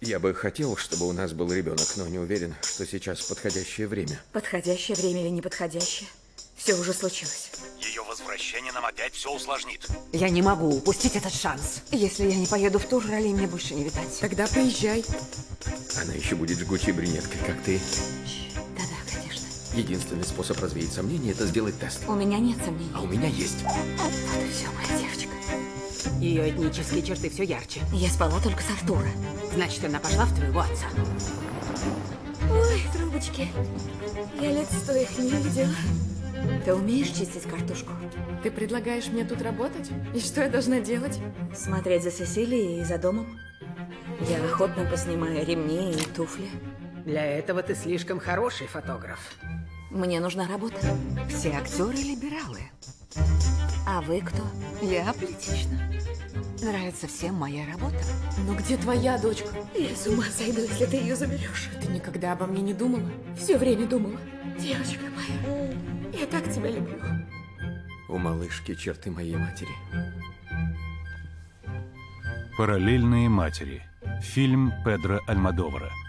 Я бы хотел, чтобы у нас был ребенок, но не уверен, что сейчас подходящее время. Подходящее время или неподходящее. Все уже случилось. Ее возвращение нам опять все усложнит. Я не могу упустить этот шанс. Если я не поеду в тур, ролей мне больше не видать. Тогда поезжай. Она еще будет жгучей брюнеткой, как ты. Да-да, конечно. Единственный способ развеять сомнения – это сделать тест. У меня нет сомнений. А у меня есть. Вот и все, моя девочка. Ее этнические черты все ярче. Я спала только с Артура. Значит, она пошла в твоего отца. Ой, трубочки. Я лет сто их не видела. Ты умеешь чистить картошку? Ты предлагаешь мне тут работать? И что я должна делать? Смотреть за Сесилией и за домом. Я охотно поснимаю ремни и туфли. Для этого ты слишком хороший фотограф. Мне нужна работа. Все актеры либералы. А вы кто? Я политична. Нравится всем моя работа. Но где твоя дочка? Я с ума сойду, если ты ее заберешь. Ты никогда обо мне не думала? Все время думала. Девочка моя, я так тебя люблю. У малышки черты моей матери. Параллельные матери. Фильм Педро Альмадовара.